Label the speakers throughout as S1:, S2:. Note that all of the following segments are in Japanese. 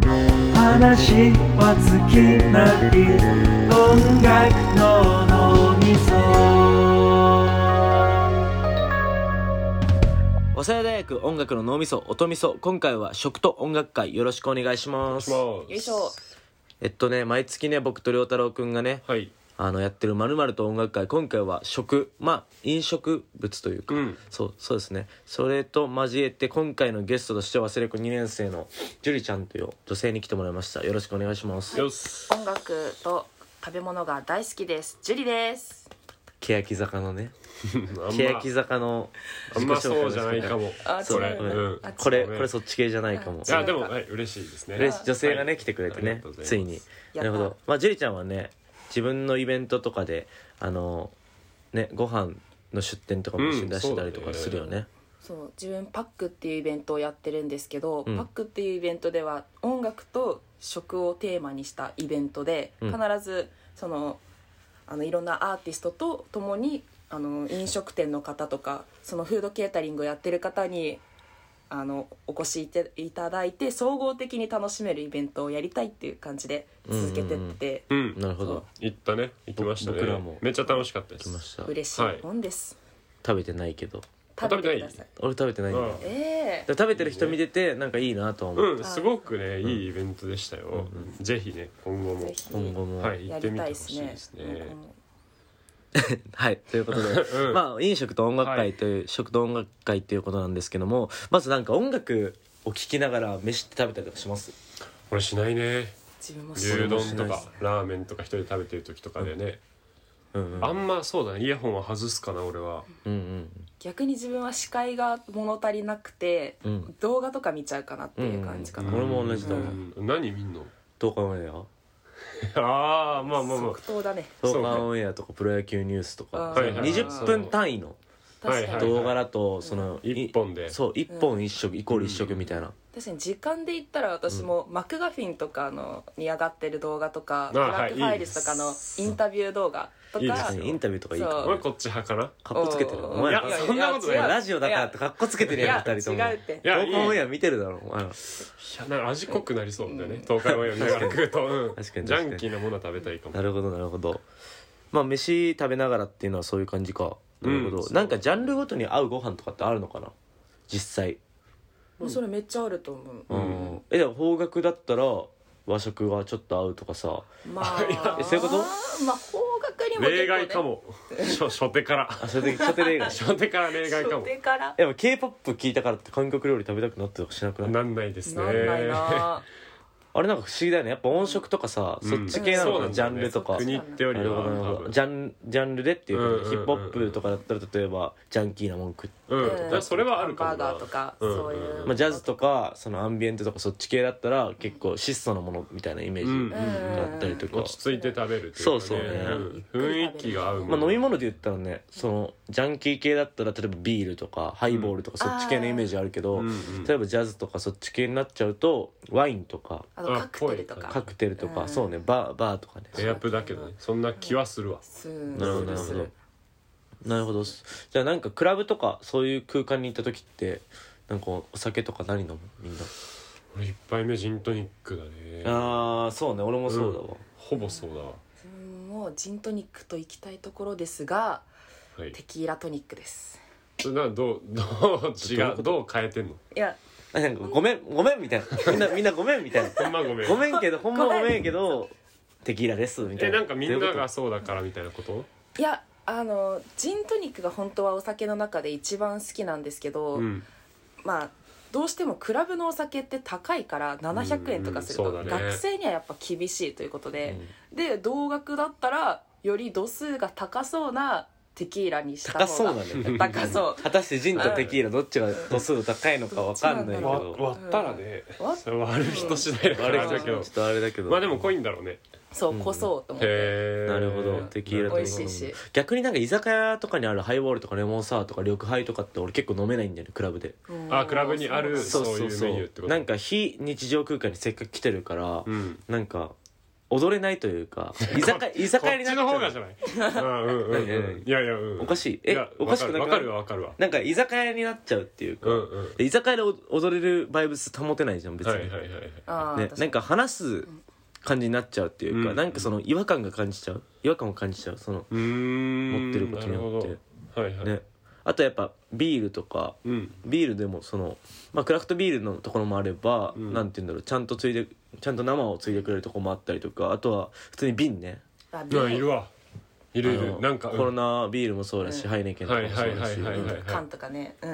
S1: 話は尽きない音楽の脳み
S2: 早稲田大学音楽の脳みそ音みそ今回は食と音楽会よろしくお願いします
S3: よ
S4: よいしょ
S2: えっとね毎月ね僕と良太郎くんがね、
S3: はい
S2: あのやってる「まると音楽会」今回は食まあ飲食物というか、
S3: うん
S2: そうそうですねそれと交えて今回のゲストとして早稲田君2年生の樹里ちゃんという女性に来てもらいましたよろしくお願いします
S3: よっす
S4: 音楽と食べ物が大好きですジュリです
S2: 欅坂のね
S3: あんま
S2: 欅坂の
S3: あんまそうじゃないかも
S4: あ
S2: そう
S3: これ
S4: 違
S2: ご
S4: う
S2: めん
S3: うん
S4: あ
S2: これ
S3: ごめん
S2: これそっち系じゃないかも
S4: あ
S3: あでもはい嬉しいですね
S2: 嬉しい女性がね来てくれて
S3: あり
S2: ね
S3: がとうございます
S2: ついに
S4: やった
S2: なるほどまあ樹里ちゃんはね自分のイベントとかであのねご飯の出店とかも一緒に出してたりと
S3: う
S2: か
S3: ん
S2: す
S3: そうだね
S2: るよね
S4: そう自分パックっていうイベントをやってるんですけど、
S2: うん
S4: パックっていうイベントでは音楽と食をテーマにしたイベントで、
S2: うん
S4: 必ずそのあのいろんなアーティストと共にあの飲食店の方とかそのフードケータリングをやってる方にあのお越しいていただいて総合的に楽しめるイベントをやりたいっていう感じで続けてって、
S3: うん
S2: なるほど
S3: 行ったね行きましたね
S2: 僕らも
S3: めっちゃ楽しかったで
S2: 来まし
S3: す
S2: た
S4: 嬉しいもんです、
S2: 食べてないけど
S3: 食べてない
S4: ください
S2: 俺食べてないんだよだか
S3: う
S4: ええ
S2: ら食べてる人見ててなんかいいなとは思う、
S3: うんすごくねいいイベントでしたよぜひね今後も
S4: ぜひ
S2: 今後も
S3: は
S2: はい、
S3: い行
S4: や
S3: って
S4: り
S3: み
S4: た
S3: て
S4: い
S3: ほ
S4: で
S3: しい
S4: すね
S3: ですね
S4: うん
S2: ということで、
S3: うん
S2: まあ飲食と音楽
S3: は
S2: 会
S3: い
S2: という、食と音楽会っていうことなんですけどもまずなんか音楽を聴きながら飯って食べたりとかします
S3: 俺しないね
S4: 自分もし
S3: 牛丼と
S2: 俺もしないで
S3: か
S2: す
S3: ラーメンとか一人で食べてる時とかでね
S2: うんうん
S3: あんまそうだねイヤホンは外すかな俺は
S2: うんうん
S4: 逆に自分は視界が物足りなくて、
S2: うん
S4: 動画とか見ちゃうかなっていう感じかな、
S2: うん俺も同じだわ
S3: うん何見んの
S2: 東海オンエア
S3: ああまあまあまあ
S4: 即答だね
S2: 東
S3: そう
S2: 海
S3: か
S2: オンエアとかプロ野球ニュースとか
S4: あー
S2: その
S3: はいはい
S2: 20分単位の
S4: 確かに、
S3: はいはい
S2: 動画だとそのい
S3: 一本で
S2: そう1本1食イコール1食みたいな
S4: 確かに時間で言ったら私もマクガフィンとかのに上がってる動画とか
S3: あ
S4: ブ
S3: は
S4: ラッ
S3: い
S4: クファイルズとかのインタビュー動画とか
S3: いいで
S2: 確
S3: す
S2: か
S3: ね
S2: にインタビューとかいいか
S4: そう
S3: お前こっち派かな
S2: かっこつけてる
S4: おー
S2: お前
S3: いや
S2: ら
S3: いやそんなことない
S4: や
S2: ラジオだからってかっこつけて
S4: い
S2: るやん
S4: や
S2: 2人とも
S4: 違うって
S3: いやいい
S2: 東海オンエア見てるだろお前ら
S3: いやなんか味濃くなりそうだよね、東海オンエア見ながら食うと、うん、
S2: 確かに確
S3: ジ
S2: かに
S3: ャンキーなものは食べたいかも
S2: なるほどなるほどまあ飯食べながらっていうのはそういう感じかなるほど
S3: うん
S2: なんかジャンルごとに合うご飯とかってあるのかな実際
S4: もうそれめっちゃあると思う、
S2: う
S3: うん
S2: んえでも方角だったら和食がちょっと合うとかさ
S4: まあ
S2: えそういうこと
S4: まあ方角にも結構ね
S3: 例外かも初初手から
S2: あそれで家庭例外
S3: 初手から例外か
S4: 初
S3: も
S4: 手から
S2: でも k p o p 聞いたからって韓国料理食べたくなったりとかしなくない
S3: なんないですね
S4: なんないな
S2: あれなんか不思議だよねやっぱ音色とかさ、
S3: うん
S2: そっち系なのかな、
S3: うん
S2: ジャンルとか
S4: そうなんだよね
S3: 国ってより
S2: なるほ
S3: は
S2: どなる
S3: 多
S2: ほど
S3: 分
S2: ジャンジャンルでっていうことで、
S3: うんうんうん
S2: ヒップホップとかだったら例えばジャンキーなもん食って、
S3: うん、
S4: うん
S3: だからそれはあるかもな
S4: ハンバーガーとかそういう
S2: まあ、ジャズとかそのアンビエントとかそっち系だったら結構質素なものみたいなイメ
S3: うん
S2: ージだったりとか、
S3: 落ち着いて食べるっていうか、ね、
S2: そうそうね
S3: ん雰囲気が合うも
S2: ま
S3: の、
S2: あ、飲み物で言ったらねそのジャンキー系だったら例えばビールとかハイボールとかそっち系のイメージあるけど、
S3: うんうん
S2: 例えばジャズとかそっち系になっちゃうとワインとか
S4: あとカクテルと
S3: あ
S4: か
S2: カクテルとか、
S4: うん
S2: そうねバーバーとかね
S3: エアプだけどねそんな気はするわ
S4: すん
S2: なるほどな
S4: す
S2: るほ
S4: す
S2: どなるほどじゃあなんかクラブとかそういう空間に行った時ってなんかお酒とか何飲むみんな
S3: 俺一杯目ジントニックだね
S2: ああそうね俺もそうだわ、
S3: ほぼそうだわ
S4: 自分もジントニックと行きたいところですが
S3: はい
S4: テキーラトニックです
S3: それなどうどう違うどう変えてんの
S4: いや
S2: あなんかごめんごめんみたいなみんなみんなごめんみたいな
S3: ほんまごめん
S2: ごめんけどほんま
S4: ごめ
S2: ご
S4: ん
S2: めんやけどテキーラですみた
S3: え
S2: いな
S3: なんかみんな
S2: どういう
S3: が
S2: こ
S3: そうだからみたいなこと
S4: いやあのジントニックが本当はお酒の中で一番好きなんですけど、
S3: うん
S4: まあどうしてもクラブのお酒って高いから700円とかする
S3: うん
S4: と、
S3: うんそうだね
S4: 学生にはやっぱ厳しいということ
S2: と
S4: で、で同額だったらより度数が高そうなテキーラにした方が
S2: 高そうだね
S4: 高そう
S2: 果たしてジンとテキーラどっちが度数高いのかわかんないけ
S4: わ
S3: わ
S2: ど
S3: 割ったらね、
S4: わ
S3: それ割る人次第だから
S2: 悪
S3: あ
S2: い
S3: れだ
S2: け
S3: け
S2: ど
S3: ど
S2: ちょっとあれだけど
S3: まあでも濃いんだろうね
S4: そうこそうと思って、
S3: へえ
S2: なるほどテキーラと
S4: 美
S2: か
S4: 味しいし
S2: 逆になんか居酒屋とかにあるハイボールとかレモンサワーとか緑杯とかって俺結構飲めないんだよねクラブで
S4: うん
S3: あクラブにある
S4: そう
S3: そういうメニューってこと
S2: なんか非日常空間にせっかく来てるから、
S3: うん
S2: なんか踊れないという か居酒屋居酒屋になっちゃう
S3: こっちの方がじゃないあうんうん
S2: 何
S3: う
S2: 何
S3: んいやいやうん
S2: おかしいえ
S3: いや
S2: おかしくなくな
S3: わ
S2: い
S3: かるわかるわ
S2: なんか居酒屋になっちゃうっていうか、
S3: うんうん
S2: で居酒屋で踊れるバイブス保てないじゃん別に、
S3: はいはいはいはい
S4: あー
S2: ね、なんか話す感じになっちゃうっていうか、
S3: うん
S2: なんかその違和感が感じちゃう違和感を感じちゃうその、
S3: うーん
S2: 持ってることによって
S3: なるほどはいはい、
S2: ねあとやっぱビールとか
S3: うん
S2: ビールでもその、まあ、クラフトビールのところもあれば、
S3: うん
S2: なんて言うんだろうちゃんとついでちゃんと生をついでくれるところもあったりとかあとは普通に瓶ね
S4: あビ
S3: う
S4: ール
S3: わいるわいるいる
S2: あの
S3: なんか、
S2: コロ
S3: う
S2: ナビールもそうだし、
S4: うん
S2: ハイネケンとかもそうだし
S3: はいはいはいはいはい
S2: うん
S4: 缶とかねうん、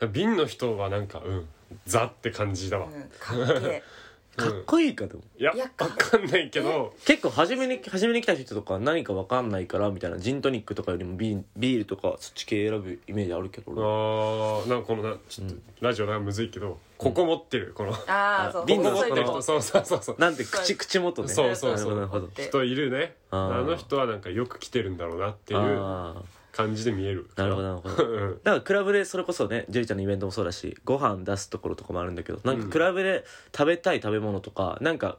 S4: うん、
S3: ん、瓶の人はなんかうんザって感じだわ、
S4: かっけえ
S2: かっこいいかでも
S3: いや
S4: いや
S3: わかんないけど
S2: 結構初めに初めに来た人とか何か分かんないからみたいなジントニックとかよりもビービールとかそっち系選ぶイメージあるけど
S3: あ
S2: 俺
S3: ーなんかこのなちょっと、ラジオなんかむずいけどここ持ってるこの、こ
S4: あ
S2: あ
S4: あそう
S2: 瓶
S3: こ
S2: の
S3: 持
S4: 細
S3: っ
S4: い
S3: て
S2: こ
S3: る
S4: と
S2: の
S3: 人
S4: こ
S3: そうそうそうそう
S2: なんで口口元ね
S3: そうそうそう
S2: なるほどなるほど
S4: で
S3: 人いるね
S2: あー
S3: あの人はなんかよく来てるんだろうなっていう
S2: あ
S3: 感じで見える
S2: あなるほどなるほど
S3: うん
S2: だからクラブでそれこそねジュリちゃんのイベントもそうだしご飯出すところとかもあるんだけどなんかクラブで食べたい食べ物とかなんか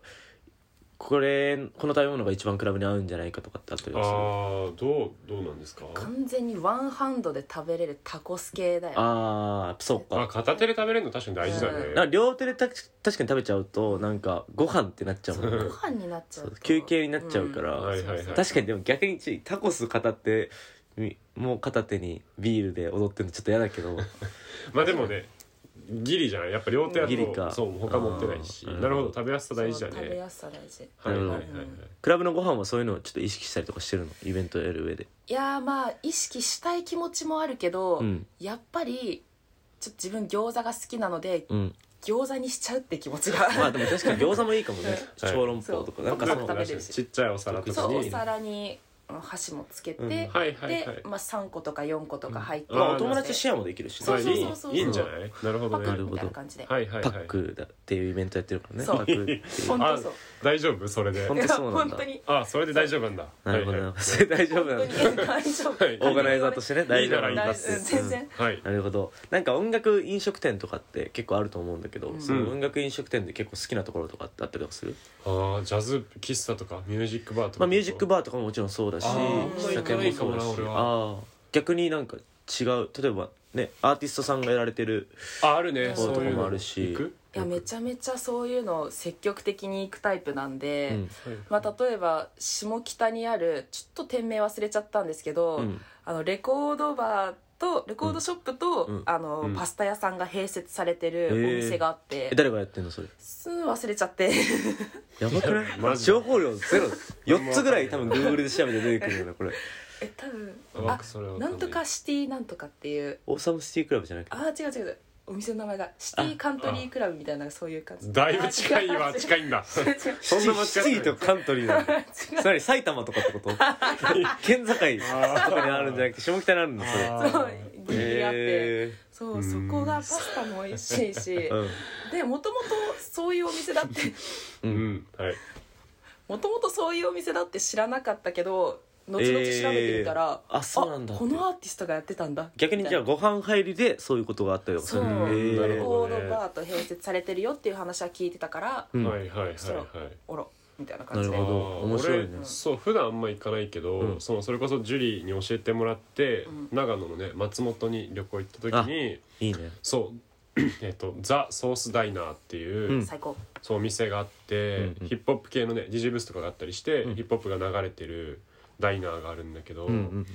S2: これこの食べ物が一番クラブに合うんじゃないかとかってあったり
S3: あ
S2: はする
S3: あどうどうなんですか
S4: 完全にワンハンドで食べれるタコス系だよ
S2: ああそうか
S3: あ片手で食べれるの確かに大事だね
S4: うん
S2: なんか両手でた確かに食べちゃうとなんかご飯ってなっちゃうもんね
S4: ご飯になっちゃう
S2: そう
S4: と
S2: 休憩になっちゃうから
S4: ん
S3: はいはいはい
S2: 確かにでも逆にちタコス片手にもう片手にビールで踊ってるのちょっと嫌だけ ど
S3: まあでもねギリじゃないやっぱ両手
S2: ギリ
S3: だ
S2: か
S3: とそう他持ってないし
S2: あー
S3: なるほど食べやすさ大事だ
S4: そう食べ
S3: ね
S4: やすさ大事
S3: はいはいはいはい
S2: クラブのご飯はそういうのをちょっと意識したりとかしてるのイベントやる上で
S4: いやーまあ意識したい気持ちもあるけど、
S2: うん
S4: やっぱりちょっと自分餃子が好きなので、
S2: うん
S4: 餃子にしちゃうって気持ちが、
S2: まあでも確かに餃子もいいかもね
S3: はい
S2: 小籠包とかなんか
S4: そ
S2: そうの
S4: 食べれるし
S3: ちっちゃいお皿とか
S4: そうお
S3: に
S4: 皿にうん箸もつけて、
S2: うんはい
S3: はいはい
S4: で、まあ、3個とか4個とか入って、
S3: うん
S2: まあお
S3: ー
S2: 友達シェアもできるしね
S4: そう
S3: い
S4: そう
S3: い
S4: そうそう
S3: いいんじゃないなるほど
S4: パ
S3: ね
S4: ク
S2: なる
S4: み
S2: ほど
S4: たいな感じで、
S3: はいはい
S2: パ
S3: は
S2: ッ
S3: い
S2: クだっていうイベントやってるからね
S4: そう
S2: パックっていう
S4: 本当
S3: あ
S4: そう
S3: 大丈夫それで
S2: ほん
S4: いや
S2: 当そうなんだ
S4: 本当に
S3: あそれで大丈夫なんだ
S2: なるほど
S3: はい
S2: なそれ 大丈夫な
S4: 本
S2: ん
S4: 当
S2: だ
S4: に大丈夫
S3: はい
S2: オーガナイザーとしてね大丈夫
S3: いいならいい
S2: な
S3: で
S4: 大
S2: す
S4: うん全然
S3: はいはい
S2: なるほどなんか音楽飲食店とかって結構あると思うんだけど、
S4: うん
S2: その音楽飲食店で結構好きなところとかってあったりとかする、
S3: あージャズ喫茶とかミュージックバーとか
S2: まあ、ミュージックバーとかももちろんそうだし
S3: あー
S2: 喫茶店もそうだ
S3: あんまり行かないかもな
S2: し
S3: 俺は
S2: あー逆になんか違う例えばねアーティストさんがやられてる
S3: ああるね
S4: そう
S3: そうい
S2: とか
S3: う
S2: も
S3: の
S2: あるし
S3: 行く
S4: いやめちゃめちゃそういうのを積極的に行くタイプなんで、
S2: うん
S4: まあ、例えば下北にあるちょっと店名忘れちゃったんですけど、
S2: うん
S4: あのレコードバーとレコードショップと、
S2: うん
S4: あの
S3: うん
S4: パスタ屋さんが併設されてる
S2: へー
S4: お店があって、
S2: え誰がやってんのそれ
S4: すん忘れちゃって
S2: やばくない
S3: やマジで
S2: 情報量 ゼロ4つぐらい多分 Google で調べて出てくるよねこれ
S4: え多分
S3: あ
S4: あ
S3: それはわか
S4: なん
S3: ない
S4: んとかシティなんとかっていう
S2: オーサムシティクラブじゃなくて
S4: あー違う違うお店の名前がシティカントリークラブみたいなそういう感じ
S3: だいぶ近いわ近
S4: い
S3: いんだ
S2: そんな間違シティとカントリーなんだつまり埼玉とかってこと 県境とかにあるんじゃなくて下北にあるんだそれ
S4: そうギリギリあって、
S2: へ
S4: そうそこがパスタも美味しいし
S2: ーうん
S4: でもともとそういうお店 だって
S3: ううんはい
S4: もともとそういうお店だって知らなかったけど後々調べてみたら、
S2: えーあそうなんだ
S4: このアーティストがやってたんだ
S2: 逆にじゃあ
S4: み
S2: ご飯入りでそういうことがあったりとか
S4: たい
S2: へ
S4: なそう、
S2: ー
S3: な
S4: レ
S3: るほ
S4: コ
S3: どね
S4: ードバーと併設されてるよっていう話は聞いてたから、
S2: うん
S3: はいはいはいはい
S4: そうおろみたいな感じで
S2: なるほど
S3: あー
S2: 面白いね
S3: 俺そう普段あんま行かないけど、
S2: うん
S3: そのそれこそジュリーに教えてもらって、
S4: うん
S3: 長野のね松本に旅行行った時に
S2: いいね
S3: そうえっとザ・ソースダイナーっていう、
S2: うん
S4: 最高
S3: そうお店があって、
S2: うんうん
S3: ヒップホップ系のね DJ ブースとかがあったりして、
S2: うん
S3: ヒップホップが流れてるダイナーがあるんだけど、
S2: うんうん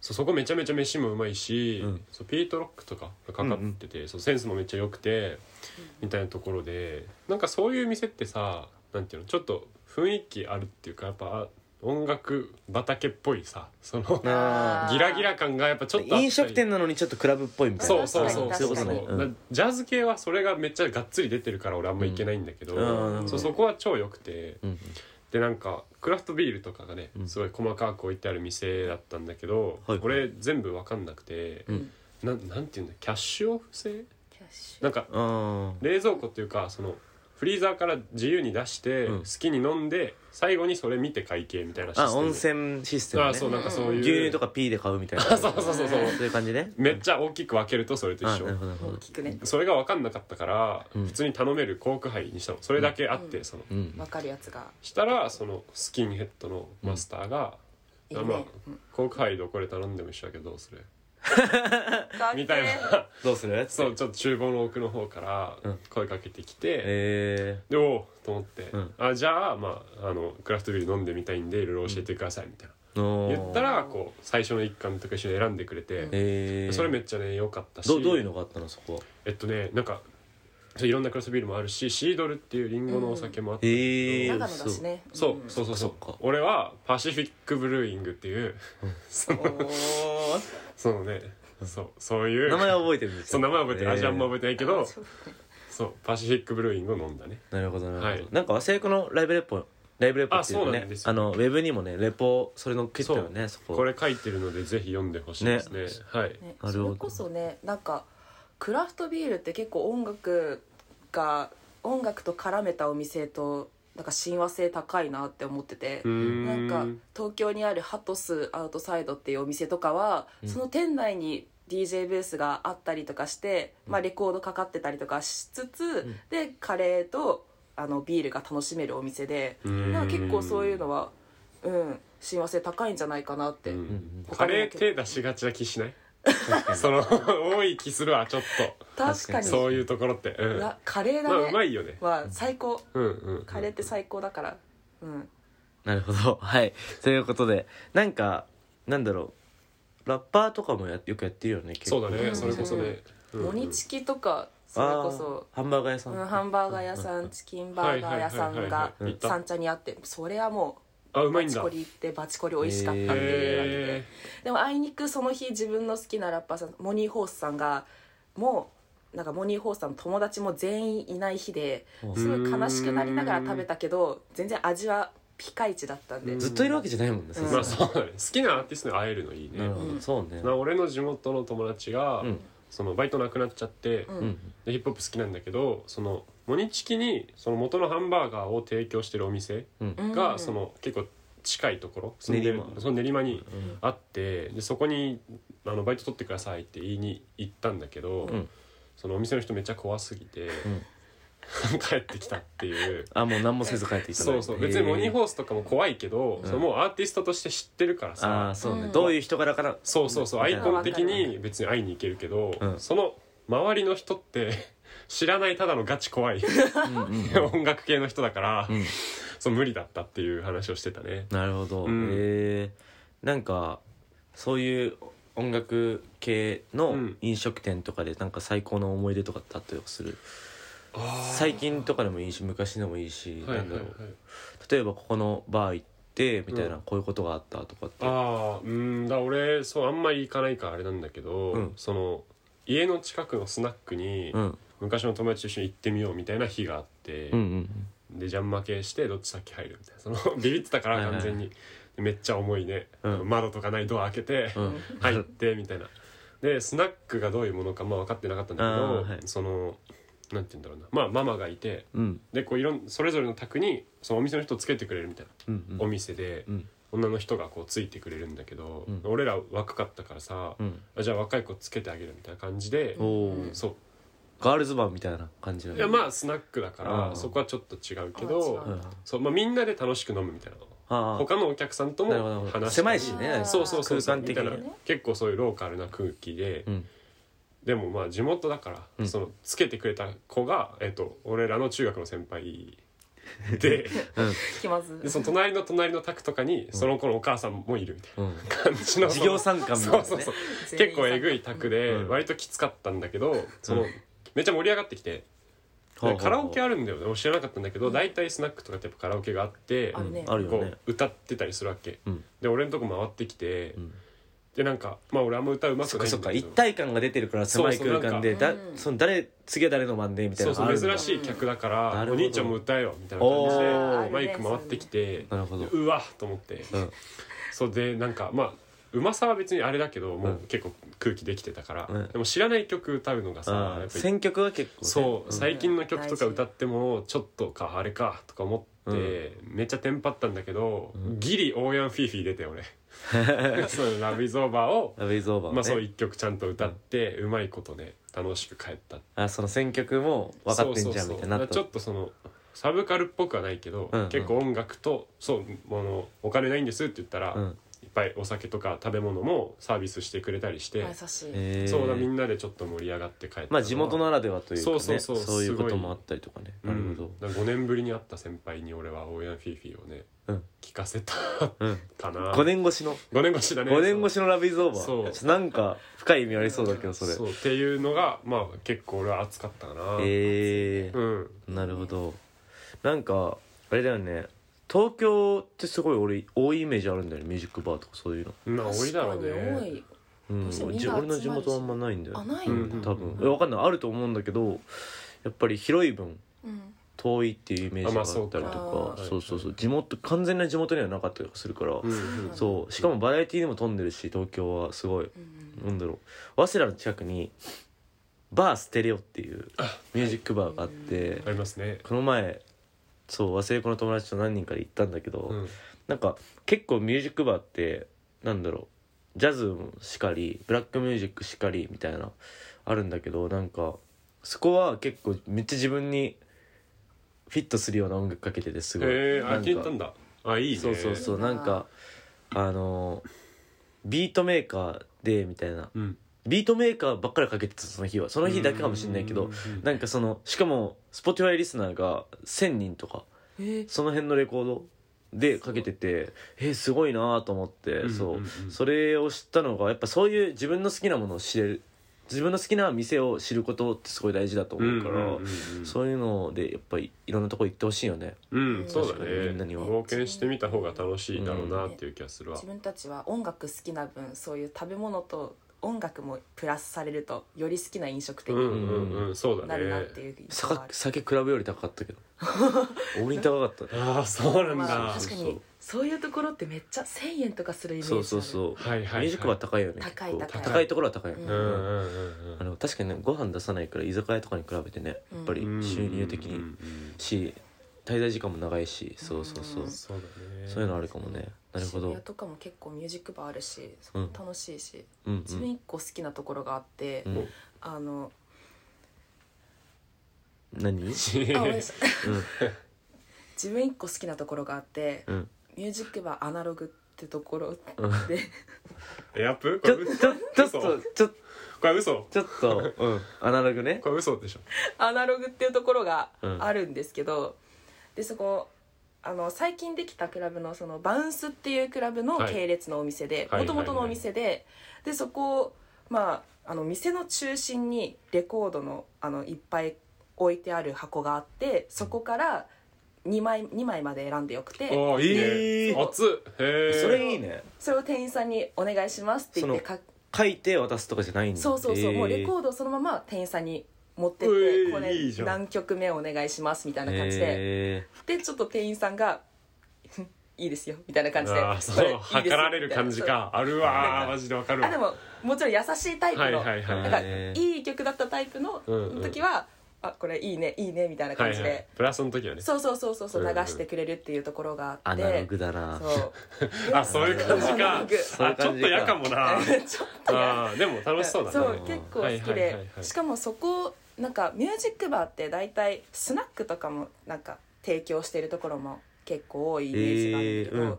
S3: そうそこめちゃめちゃ飯もうまいし、
S2: うん
S3: そうピートロックとかがかかってて、そうセンスもめっちゃ良くてみたいなところでなんかそういう店ってさなんていうのちょっと雰囲気あるっていうかやっぱ音楽畑っぽいさその
S2: うんあ
S4: ー
S3: ギラギラ感がやっぱちょっとあった
S2: ー
S3: り
S2: 飲食店なのにちょっとクラブっぽいみたい
S3: そ
S2: な
S3: うそうそ
S2: そ
S3: う
S4: 確
S2: ういう
S4: か
S2: こ
S4: に
S2: とねうん
S3: だジャズ系はそれがめっちゃがっつり出てるから俺あんまいけないんだけど、
S2: うん
S4: うん
S3: そうそこは超良くて
S2: うん
S3: でなんかクラフトビールとかがね
S2: うん
S3: すごい細かく置いてある店だったんだけど、
S2: はい
S3: 俺全部わかんなくて、
S2: うん
S3: なんなんていうんだキャッシュオフ制
S4: キャッシュ
S3: なんか
S2: あー
S3: 冷蔵庫っていうかそのフリーザーから自由に出して
S2: うん
S3: 好きに飲んで最後にそれ見て会計みたいなシステ
S2: あ
S3: ム
S2: 温泉システム、ね、
S3: あそうなんかそういう
S2: 牛乳とかピーで買うみたいな
S3: そうそうそうそう
S2: いう感じね
S3: めっちゃ大きく分けるとそれと
S2: あ
S3: 一
S2: な
S3: 緒
S2: るほどなるほ
S4: 大
S2: ど
S4: きくね
S3: それが分かんなかったから、
S2: うん
S3: 普通に頼めるコーク杯にしたのそれだけあって、
S4: うん
S3: その
S2: うん
S4: 分かるやつが
S3: したらそのスキンヘッドのマスターが、
S4: いいね、
S3: まあコーク杯どこで頼んでも一緒だけどどうするみたい
S4: かっ
S3: な
S2: どうする
S3: そうちょっと厨房の奥の方か
S2: う
S3: ら
S2: ん
S3: 声かけてきて、
S2: え
S3: でおおと思って、
S2: うん
S3: あじゃあ,、まあ、あのクラフトビール飲んでみたいんでいろいろ教えてくださいみたい
S2: ー、の
S3: な言ったらこう最初の一巻とか一緒に選んでくれて、
S2: えー、
S3: それめっちゃね良かったし
S2: どどういうのがあったのそこは
S3: えっとねなんかそういろんなクラフトビールもあるしシードルっていうリンゴのお酒もあって、
S2: え
S4: け
S2: えー、
S4: 長野だしね
S3: そうそうそうそう
S2: そっか
S3: 俺はパシフィックブルーイングっていう、そ
S4: うんお
S3: の
S4: ー
S3: そのねそうそういう
S2: 名前は覚えてるんですよ
S3: そう名前は覚えてる、味はあんま覚え
S2: え
S3: てないけどそうパシフィックブルーイングを飲んだね
S2: てなるほどなるほど、
S3: はい
S2: なんか和製薬のライブレポライブレポっていう
S3: あそ
S2: か
S3: うな
S2: ね
S3: んです
S2: あ
S3: よ
S2: のウェブにもねレポそれの切ったよねそこ
S3: これ書いてるのでぜひ読んでほしいですね
S2: ね
S3: はい
S4: ね、
S2: なるほ
S4: そ
S2: ど
S4: れこそねなんかクラフトビールって結構音楽が音楽と絡めたお店となんか親和性高いなって思ってて、
S3: うーん
S4: なんか東京にあるハトスアウトサイドっていうお店とかは、
S2: うん
S4: その店内に DJ ブースがあったりとかして、まあ、レコードかかってたりとかしつつ、
S2: ん
S4: でカレーとあのビールが楽しめるお店で、
S3: うん
S4: なんか結構そういうのは、うん、親和性高いんじゃないかなって、
S3: うん
S2: ん
S3: カレー手出しがちな気しないその多い気するわちょっ
S4: 確か
S2: 確か
S3: と
S4: に
S2: に
S3: そういうところってうん
S4: う
S3: ま
S4: わカレーだ
S3: あ
S4: ね、
S3: うまいよね
S4: は最高
S3: うんうん
S4: カレーって最高だからうん
S2: なるほどはいということでなんかなんだろうラッパーとかもやよくやってるよね結
S3: そう
S2: 構
S3: だねそれこそねうん
S4: モニチキとかそれこそ
S2: あーハンバーガー屋さん、
S4: うん、ハンバーガー屋さんチキンバーガー屋さ
S3: は
S4: ん
S3: いはいは
S4: が
S3: いはいはい
S4: 三茶にあってそれはも
S3: あう
S4: う
S3: ま
S4: バ
S3: いん
S4: チ
S3: だ
S4: コリ行ってバチコリ美味しかったっていう感じで
S3: へ
S4: でもあいにくその日自分の好きなラッパーさんモニーホースさんがもうなんかモニーホースさんの友達も全員いない日で
S2: うん
S4: すごい悲しくなりながら食べたけど全然味はピカイチだったんで
S3: うん
S2: ずっといるわけじゃないもんね、
S4: うん
S2: さ
S3: ー
S2: すが
S3: ま
S2: に
S3: あそうだね好きなアーティストに会えるのいいね
S2: なるほど、
S4: うん
S2: そうね
S3: な俺の地元の友達が、
S2: うん
S3: そのバイトなくなっちゃって、
S4: うん
S2: うん
S3: でヒップホップ好きなんだけどそのモニチキにその元のハンバーガーを提供してるお店
S2: うん
S3: が、
S4: うん
S3: その結構近いところ住んでる
S2: 練馬
S3: その練馬にあってでそこにあの「バイト取ってください」って言いに行ったんだけど、
S2: ん
S3: そのお店の人めっちゃ怖すぎて、 帰ってきたっていう。
S2: あもう何もせず帰っていただい
S3: そ
S2: て
S3: うそう別にモニー
S2: ー
S3: ホースとかも怖いけど、
S2: ん
S3: そのもうアーティストとして知ってるから
S2: あ
S3: さ
S2: あそうね、
S4: うん
S2: どういう人からから
S3: そうそうそうアイコン的に別に会いに行けるけど、
S2: うん
S3: その周りの人って知らないただのガチ怖い
S2: うんうんうん
S3: 音楽系の人だから、
S2: うん
S3: そう無理だったっていう話をしてたね
S2: なるほど、
S3: うん
S2: えーなんかそういう音楽系の
S3: うん
S2: 飲食店とかでなんか最高の思い出とかってあったりする、最近とかでもいいし昔でもいいし、
S3: はいはい
S2: なんだ
S3: はい
S2: ろう例えばここのバー行ってみたいな、こういうことがあったとかって
S3: ああうんだ俺そうあんまり行かないからあれなんだけど、
S2: うん
S3: その家の近くのスナックに、
S2: うん
S3: 昔の友達と一緒に行ってみようみたいな日があって、
S2: うんうん
S3: でジャン負けしてどっち先入るみたいなその ビビってたから
S2: はいはい
S3: 完全に、めっちゃ重いね、
S2: うん
S3: 窓とかないドア開けて、
S2: うん
S3: 入ってみたいなでスナックがどういうものかまあ分かってなかったんだけど、
S2: あーはい
S3: そのなんて言うんだろうなまあママがいて
S2: うん
S3: でこういろんそれぞれの宅にそのお店の人つけてくれるみたいな、
S2: うんうん
S3: お店で、
S2: うん
S3: 女の人がこうついてくれるんだけど、
S2: うん
S3: 俺ら若かったからさ、
S2: うん
S3: あじゃあ若い子つけてあげるみたいな感じで、
S2: おおー
S3: そ
S2: ガールズバーみたいな感じな
S3: う
S2: の
S3: いやまあスナックだから、
S2: うん
S3: そこはちょっと違うけ
S4: あ
S3: ど、
S2: う
S4: 違
S2: ん
S3: そうまあ、みんなで楽しく飲むみたいな
S2: ああ
S3: 他のお客さんとも
S2: なるほどなるほど
S3: 話した
S2: 狭
S3: り
S2: いしね
S3: そうそうそう
S2: 空間的
S3: み
S2: に
S3: たいな結構そういうローカルな空気で、
S2: うん
S3: でもまあ地元だから、
S2: うん
S3: そのつけてくれた子が、えっと俺らの中学の先輩 で
S4: 気まず
S3: でその隣の隣の宅とかにその子のお母さんもいるみたい
S2: うん
S3: な感じの
S2: 授業参観みたいな
S3: そ
S2: ね
S3: うそうそう
S4: 全員
S3: 結構えぐい宅で
S2: うん
S3: 割ときつかったんだけど、そうの
S2: ん
S3: めっちゃ盛り上がってきて、
S2: ほうほうほう
S3: カラオケあるんだよね俺知らなかったんだけど大体、スナックとかってやっぱカラオケがあって、
S4: あるね
S2: あるよ
S3: こ
S2: ね
S3: う歌ってたりするわけ、
S2: うん
S3: で俺のとこ回ってきて、
S2: ん
S3: でなんかまあ俺あんま歌うま
S2: そ
S3: く
S2: っ
S3: な
S2: か
S3: いん
S2: そっ
S3: だけど
S2: か一体感が出てるから狭い
S3: そうそう
S2: 空間でだ
S4: うん
S2: その誰次は誰の番でみたい
S3: そ
S2: なのが
S3: う
S2: あ
S3: そう
S2: るんだ
S3: 珍しい客だから
S2: なる
S3: お
S2: ほど
S3: 兄ちゃんも歌えよみたいな感じで
S2: おー
S3: マイク回ってきて
S2: なるほど
S3: うわっと思って
S2: うん
S3: そうでなんかまあうまさは別にあれだけど
S2: う
S3: も
S2: ん
S3: う結構空気できてたから、
S2: うん
S3: でも知らない曲歌うのがさ
S2: あ
S3: や
S2: あ
S3: っぱり
S2: 選曲は結構ね
S3: そう、
S2: ん
S3: 最近の曲とか歌ってもちょっとかあれかとか思って、めっちゃテンパったんだけど、
S2: うん
S3: ギリオーヤンフィーフィー出て俺 そうラブイズオーバーを、
S2: ラブイズオーバーをね
S3: まあそう一曲ちゃんと歌って、うまいことね楽しく帰った
S2: あその選曲も分かってんじゃんみたいにな
S3: そ
S2: っ
S3: うそうそうだからち
S2: た
S3: ょっとそのサブカルっぽくはないけど、
S2: うんうん
S3: 結構音楽とそうあのお金ないんですって言ったら、
S2: うん
S3: いっぱいお酒とか食べ物もサービスしてくれたりして、
S4: 優しい、
S2: えー
S3: そうだみんなでちょっと盛り上がって帰ったのは
S2: まあ地元ならではというかね
S3: そうそうそう
S2: そういうこ
S3: す
S2: と
S3: ごい
S2: もあったりとかね
S3: う
S2: なる
S3: ん
S2: ほど
S3: だから5年ぶりに会った先輩に俺はオーヤンフィーフィーをね、
S2: うん
S3: 聞かせた
S2: うん
S3: かな
S2: 5年越しの
S3: 5年越しだね
S2: 5年越しのラブイズオ
S3: そ
S2: ー
S3: う
S2: バーなんか深い意味ありそうだけどそれ
S3: そうっていうのがまあ結構俺は熱かったかな、
S2: えー
S3: うん
S2: なるほどなんかあれだよね東京ってすごい俺多いイメージあるんだよねミュージックバーとかそういうの、
S3: まあ多いだろう
S4: 確かに多
S3: ね
S4: い
S2: うん、
S4: どうしてみんな
S2: じ
S4: 集まる
S2: 俺
S4: し
S2: の地元はあんまないんだよ
S4: あない
S3: うんん
S4: だ、
S3: うん
S2: 多分えわかんないあると思うんだけどやっぱり広い分
S4: うん
S2: 遠いっていうイメージがあったりと
S4: あまあ
S2: か、
S3: そ
S2: そ
S3: うか
S2: うそうそう地元完全な地元にはなかったりとかするから、
S3: うんう
S4: そうなん
S3: ん
S4: だ
S2: そうしかもバラエティーでも飛んでるし東京はすごい
S4: うんうん
S2: なんだろう早稲田の近くにバーステレオっていうミュージックバーがあって
S3: ありますね
S2: この前そう忘れ子の友達と何人かで行ったんだけど、
S3: うん
S2: なんか結構ミュージックバーってなんだろうジャズもしかりブラックミュージックしかりみたいなあるんだけどなんかそこは結構めっちゃ自分にフィットするような音楽かけててすごい。
S3: へえ
S2: な
S3: あ
S2: んか
S3: 聞いたんだあいいね
S2: そうそうそうなんかあのビートメーカーでみたいな
S3: うん
S2: ビートメーカーばっかりかけてたその日はその日だけかもしれないけ
S3: う
S2: ど
S3: ん
S2: なんかそのしかも Spotify リスナーが1,000人とか
S4: えー
S2: その辺のレコードでかけててえすごいなと思って
S3: ん
S2: そ
S3: んん
S2: うそれを知ったのがやっぱそういう自分の好きなものを知れる自分の好きな店を知ることってすごい大事だと思うか
S3: うんうんうん
S2: ら
S3: うん
S2: そういうのでやっぱりいろんなとこ行ってほしいよね。
S3: うんそうだね
S2: 確かにみんなには
S3: 冒険してみた方が楽しいだろうなっていう気がするわ
S4: 自分たちは音楽好きな分そういう食べ物と音楽もプラスされるとより好きな飲食
S3: うん
S4: 店
S3: う
S4: に
S3: んうんそうだ
S4: なるなっ
S3: ね
S4: ていう印象
S2: 酒
S4: はある、
S2: 酒比べより高かったけど俺に高か ったね
S3: ああそうなん
S4: まあ、
S3: だ
S4: 確か
S2: そうそ
S4: に
S2: う
S4: そういうところってめっちゃ1,000円とかするイメージあ
S2: そ
S4: る
S2: うそうそう、
S3: はいはいはい
S2: ミュージックは高いよね
S4: 高い
S2: 結構
S4: 高い
S2: 高いところは高いよね、
S4: うん
S3: うん
S2: あ
S3: うんうんうん
S2: の確かにねご飯出さないから居酒屋とかに比べてねやっぱり収入的
S3: うんう
S2: に
S3: んうん
S2: し滞在時間も長いしそうそうそう、
S4: うん
S3: そうだね
S2: そういうのあるかもねなるほ
S4: 渋
S2: ど
S4: 谷とかも結構ミュージックバーあるしそこも楽しいし、
S2: うんう
S4: 自分
S2: ん
S4: 一個好きなところがあって、
S2: うん
S4: あ の
S2: 何うん
S4: あごめんなさい自分一個好きなところがあって
S2: うん
S4: ミュージックバーアナログってところ
S2: うん
S4: で
S3: エアプこ
S2: ち
S3: れ
S2: ょちょちょっとちょ
S3: これ嘘
S2: ちょっと、うん、アナログね
S3: これ嘘でしょ
S4: アナログっていうところがあるんですけど、でそこあの最近できたクラブのそのバウンスっていうクラブの
S3: はい
S4: 系列のお店で
S3: はい
S4: もともとのお店で、でそこまああの店の中心にレコードのあのいっぱい置いてある箱があってそこから2枚 ,2 枚まで選んでよくて。
S3: ああいい
S2: え
S3: ね
S2: ー
S3: 熱っへえ
S2: それいいね
S4: それを店員さんに「お願いします」って言ってか
S2: 書いて渡すとかじゃないんだ
S4: そうそうそう、もうレコ
S2: ー
S4: ードをそのまま店員さんに持ってっ
S3: うえ
S4: て
S3: ー
S4: 「これ
S3: いいじゃん
S4: 何曲目お願いします」みたい
S2: ド
S4: な感じで、でちょっと店員さんが 「いいですよ」みたいな感じで
S3: ああ
S4: これい
S3: そ
S4: いうですよ
S3: 測られる感じかあるわーマジでわか
S4: み
S3: るわ
S4: たいなそうあでももちろん優しいタイプの、
S3: はいはいはい
S4: なんか
S2: へー
S4: いい曲だったタイプの
S3: うんうん
S4: 時は「あこれいいねいいね」みたいな感じで、
S3: はいはいプラスの時はね
S4: そうそうそうそうそう
S3: うん
S4: 流
S3: うん
S4: してくれるっていうところがあ
S2: ア
S4: って
S2: ナログだな
S4: そう
S3: あそういう感じ
S4: アナログ
S3: かあちょっとや かもな
S4: ちょっとや
S3: あーでも楽しそうだ
S4: そう
S3: ね
S4: 結構好き
S3: はいはいはい
S4: で
S3: はい
S4: しかもそこなんかミュージックバーって大体スナックとかもなんか提供してるところも結構多いイメージがあるんだけど、
S2: えーうん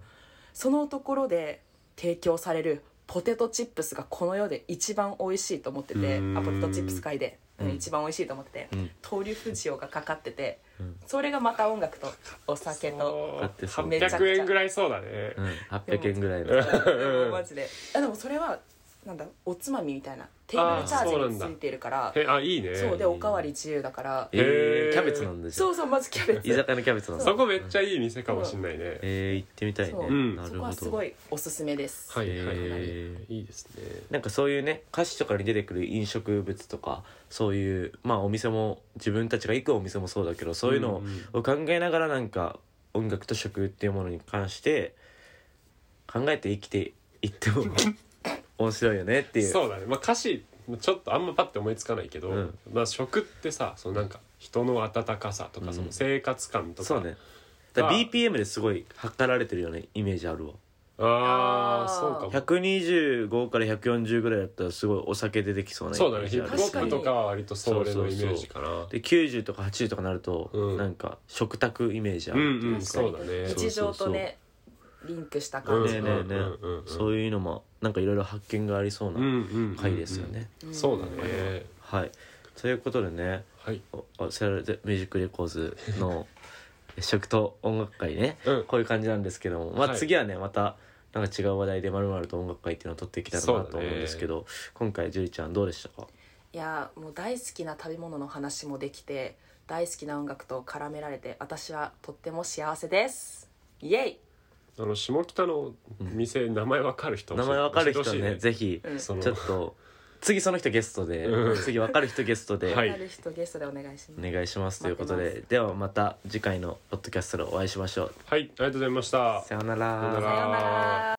S4: そのところで提供されるポテトチップスがこの世で一番美味しいと思ってて
S3: うーん
S4: あポテトチップス界で、うん
S2: うん
S4: 一番美味しいと思ってて
S2: うん
S4: トリュフ塩がかかってて、
S2: うん
S4: それがまた音楽とお酒と。
S3: そう
S2: だってそう
S3: 800円ぐらいそうだね
S2: うん、800円ぐらいの
S4: うんマジであでもそれはなんだおつまみみたいなテーブルチャージがついてるから
S3: えあいいね
S4: そうでおかわり自由だから
S2: えー
S3: へー
S2: キャベツなんだじゃん
S4: そうそうまずキャベ
S2: 居
S4: ツ
S2: 酒屋のキャベツなんだ
S3: そこめっちゃいい店かもしんないね
S2: えー、行ってみたい
S4: そ
S2: ね、
S3: う
S4: う
S3: ん
S2: な
S4: そ
S2: る
S4: こ
S2: ほ
S4: は
S2: ど
S4: すごいおすすめです
S3: はいはいはい
S2: え
S3: いいですね
S2: なんかそういうね歌詞とかに出てくる飲食物とかそういうまあお店も自分たちが行くお店もそうだけどそういうのを考えながらなんか 音楽と食っていうものに関して考えて生きていっても面白いよねっていう
S3: そうだね、まあ、歌詞ちょっとあんまパッて思いつかないけど、
S2: うん
S3: まあ、食ってさそのなんか人の温かさとか、
S2: うん
S3: その生活感とか
S2: そうねだから
S3: まあ
S2: BPM ですごい測られてるよねイメージあるわ
S3: ああ
S4: あー
S3: そうかも
S2: 125から140ぐらいだったらすごいお酒出てきそうなイメ
S3: そうだね
S2: ー
S3: ヒ
S2: ジ
S3: ッ
S2: あ
S3: プ
S2: る
S3: ホッ
S4: 確か
S3: プ
S4: に
S3: とかは割とそれのイメージかな
S2: で90とか80とかなると、
S3: うん
S2: なんか食卓イメージあ
S3: う
S2: る、
S3: んうん
S4: 確か
S3: そ
S4: に
S3: うだね
S2: そう
S4: 日常とねリンクした
S3: うん
S4: 感
S2: ね
S4: じ
S2: えねえ
S4: の
S2: ねえ
S3: うんうんうん
S2: そういうのもなんかいろいろ発見がありそう
S3: うん
S2: な
S3: うんうんうん
S2: 回ですよね、
S4: うん
S3: そうだね
S2: はいということでね
S3: はい
S2: おセラルミュージックレコーズ の食と音楽会ね、
S3: うん
S2: こういう感じなんですけども、まあ、
S3: はい
S2: 次はねまたなんか違う話題で「まると音楽会」っていうのを取っていきたいなと
S3: そうだね
S2: 思うんですけど、今回樹里ちゃんどうでしたか
S4: いやもう大好きな食べ物の話もできて大好きな音楽と絡められて私はとっても幸せですイエイ、
S3: あの下北の店名前わかる人
S2: 名前わかる人
S3: 教
S2: は
S3: えてほしい
S2: ねぜひ
S4: うん、
S3: その
S2: ちょっと次その人ゲストで、
S3: うん
S2: 次わかる人ゲストで、
S3: はい
S4: ある人ゲストでお願いします、
S2: お願いしますということ
S4: 待って
S2: でではまた次回のポッドキャストでお会いしましょう
S3: はいありがとうございました
S2: さような
S3: さようなら
S4: さようなら